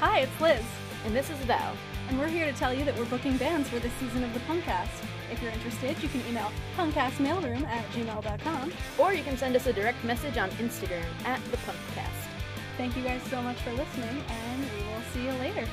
Hi, it's Liz, And this is Val. and we're here to tell you that we're booking bands for this season of the Punkcast. If you're interested, you can email punkcastmailroom at gmail.com. Or you can send us a direct message on Instagram at the Punkcast. Thank you guys so much for listening, and we will see you later.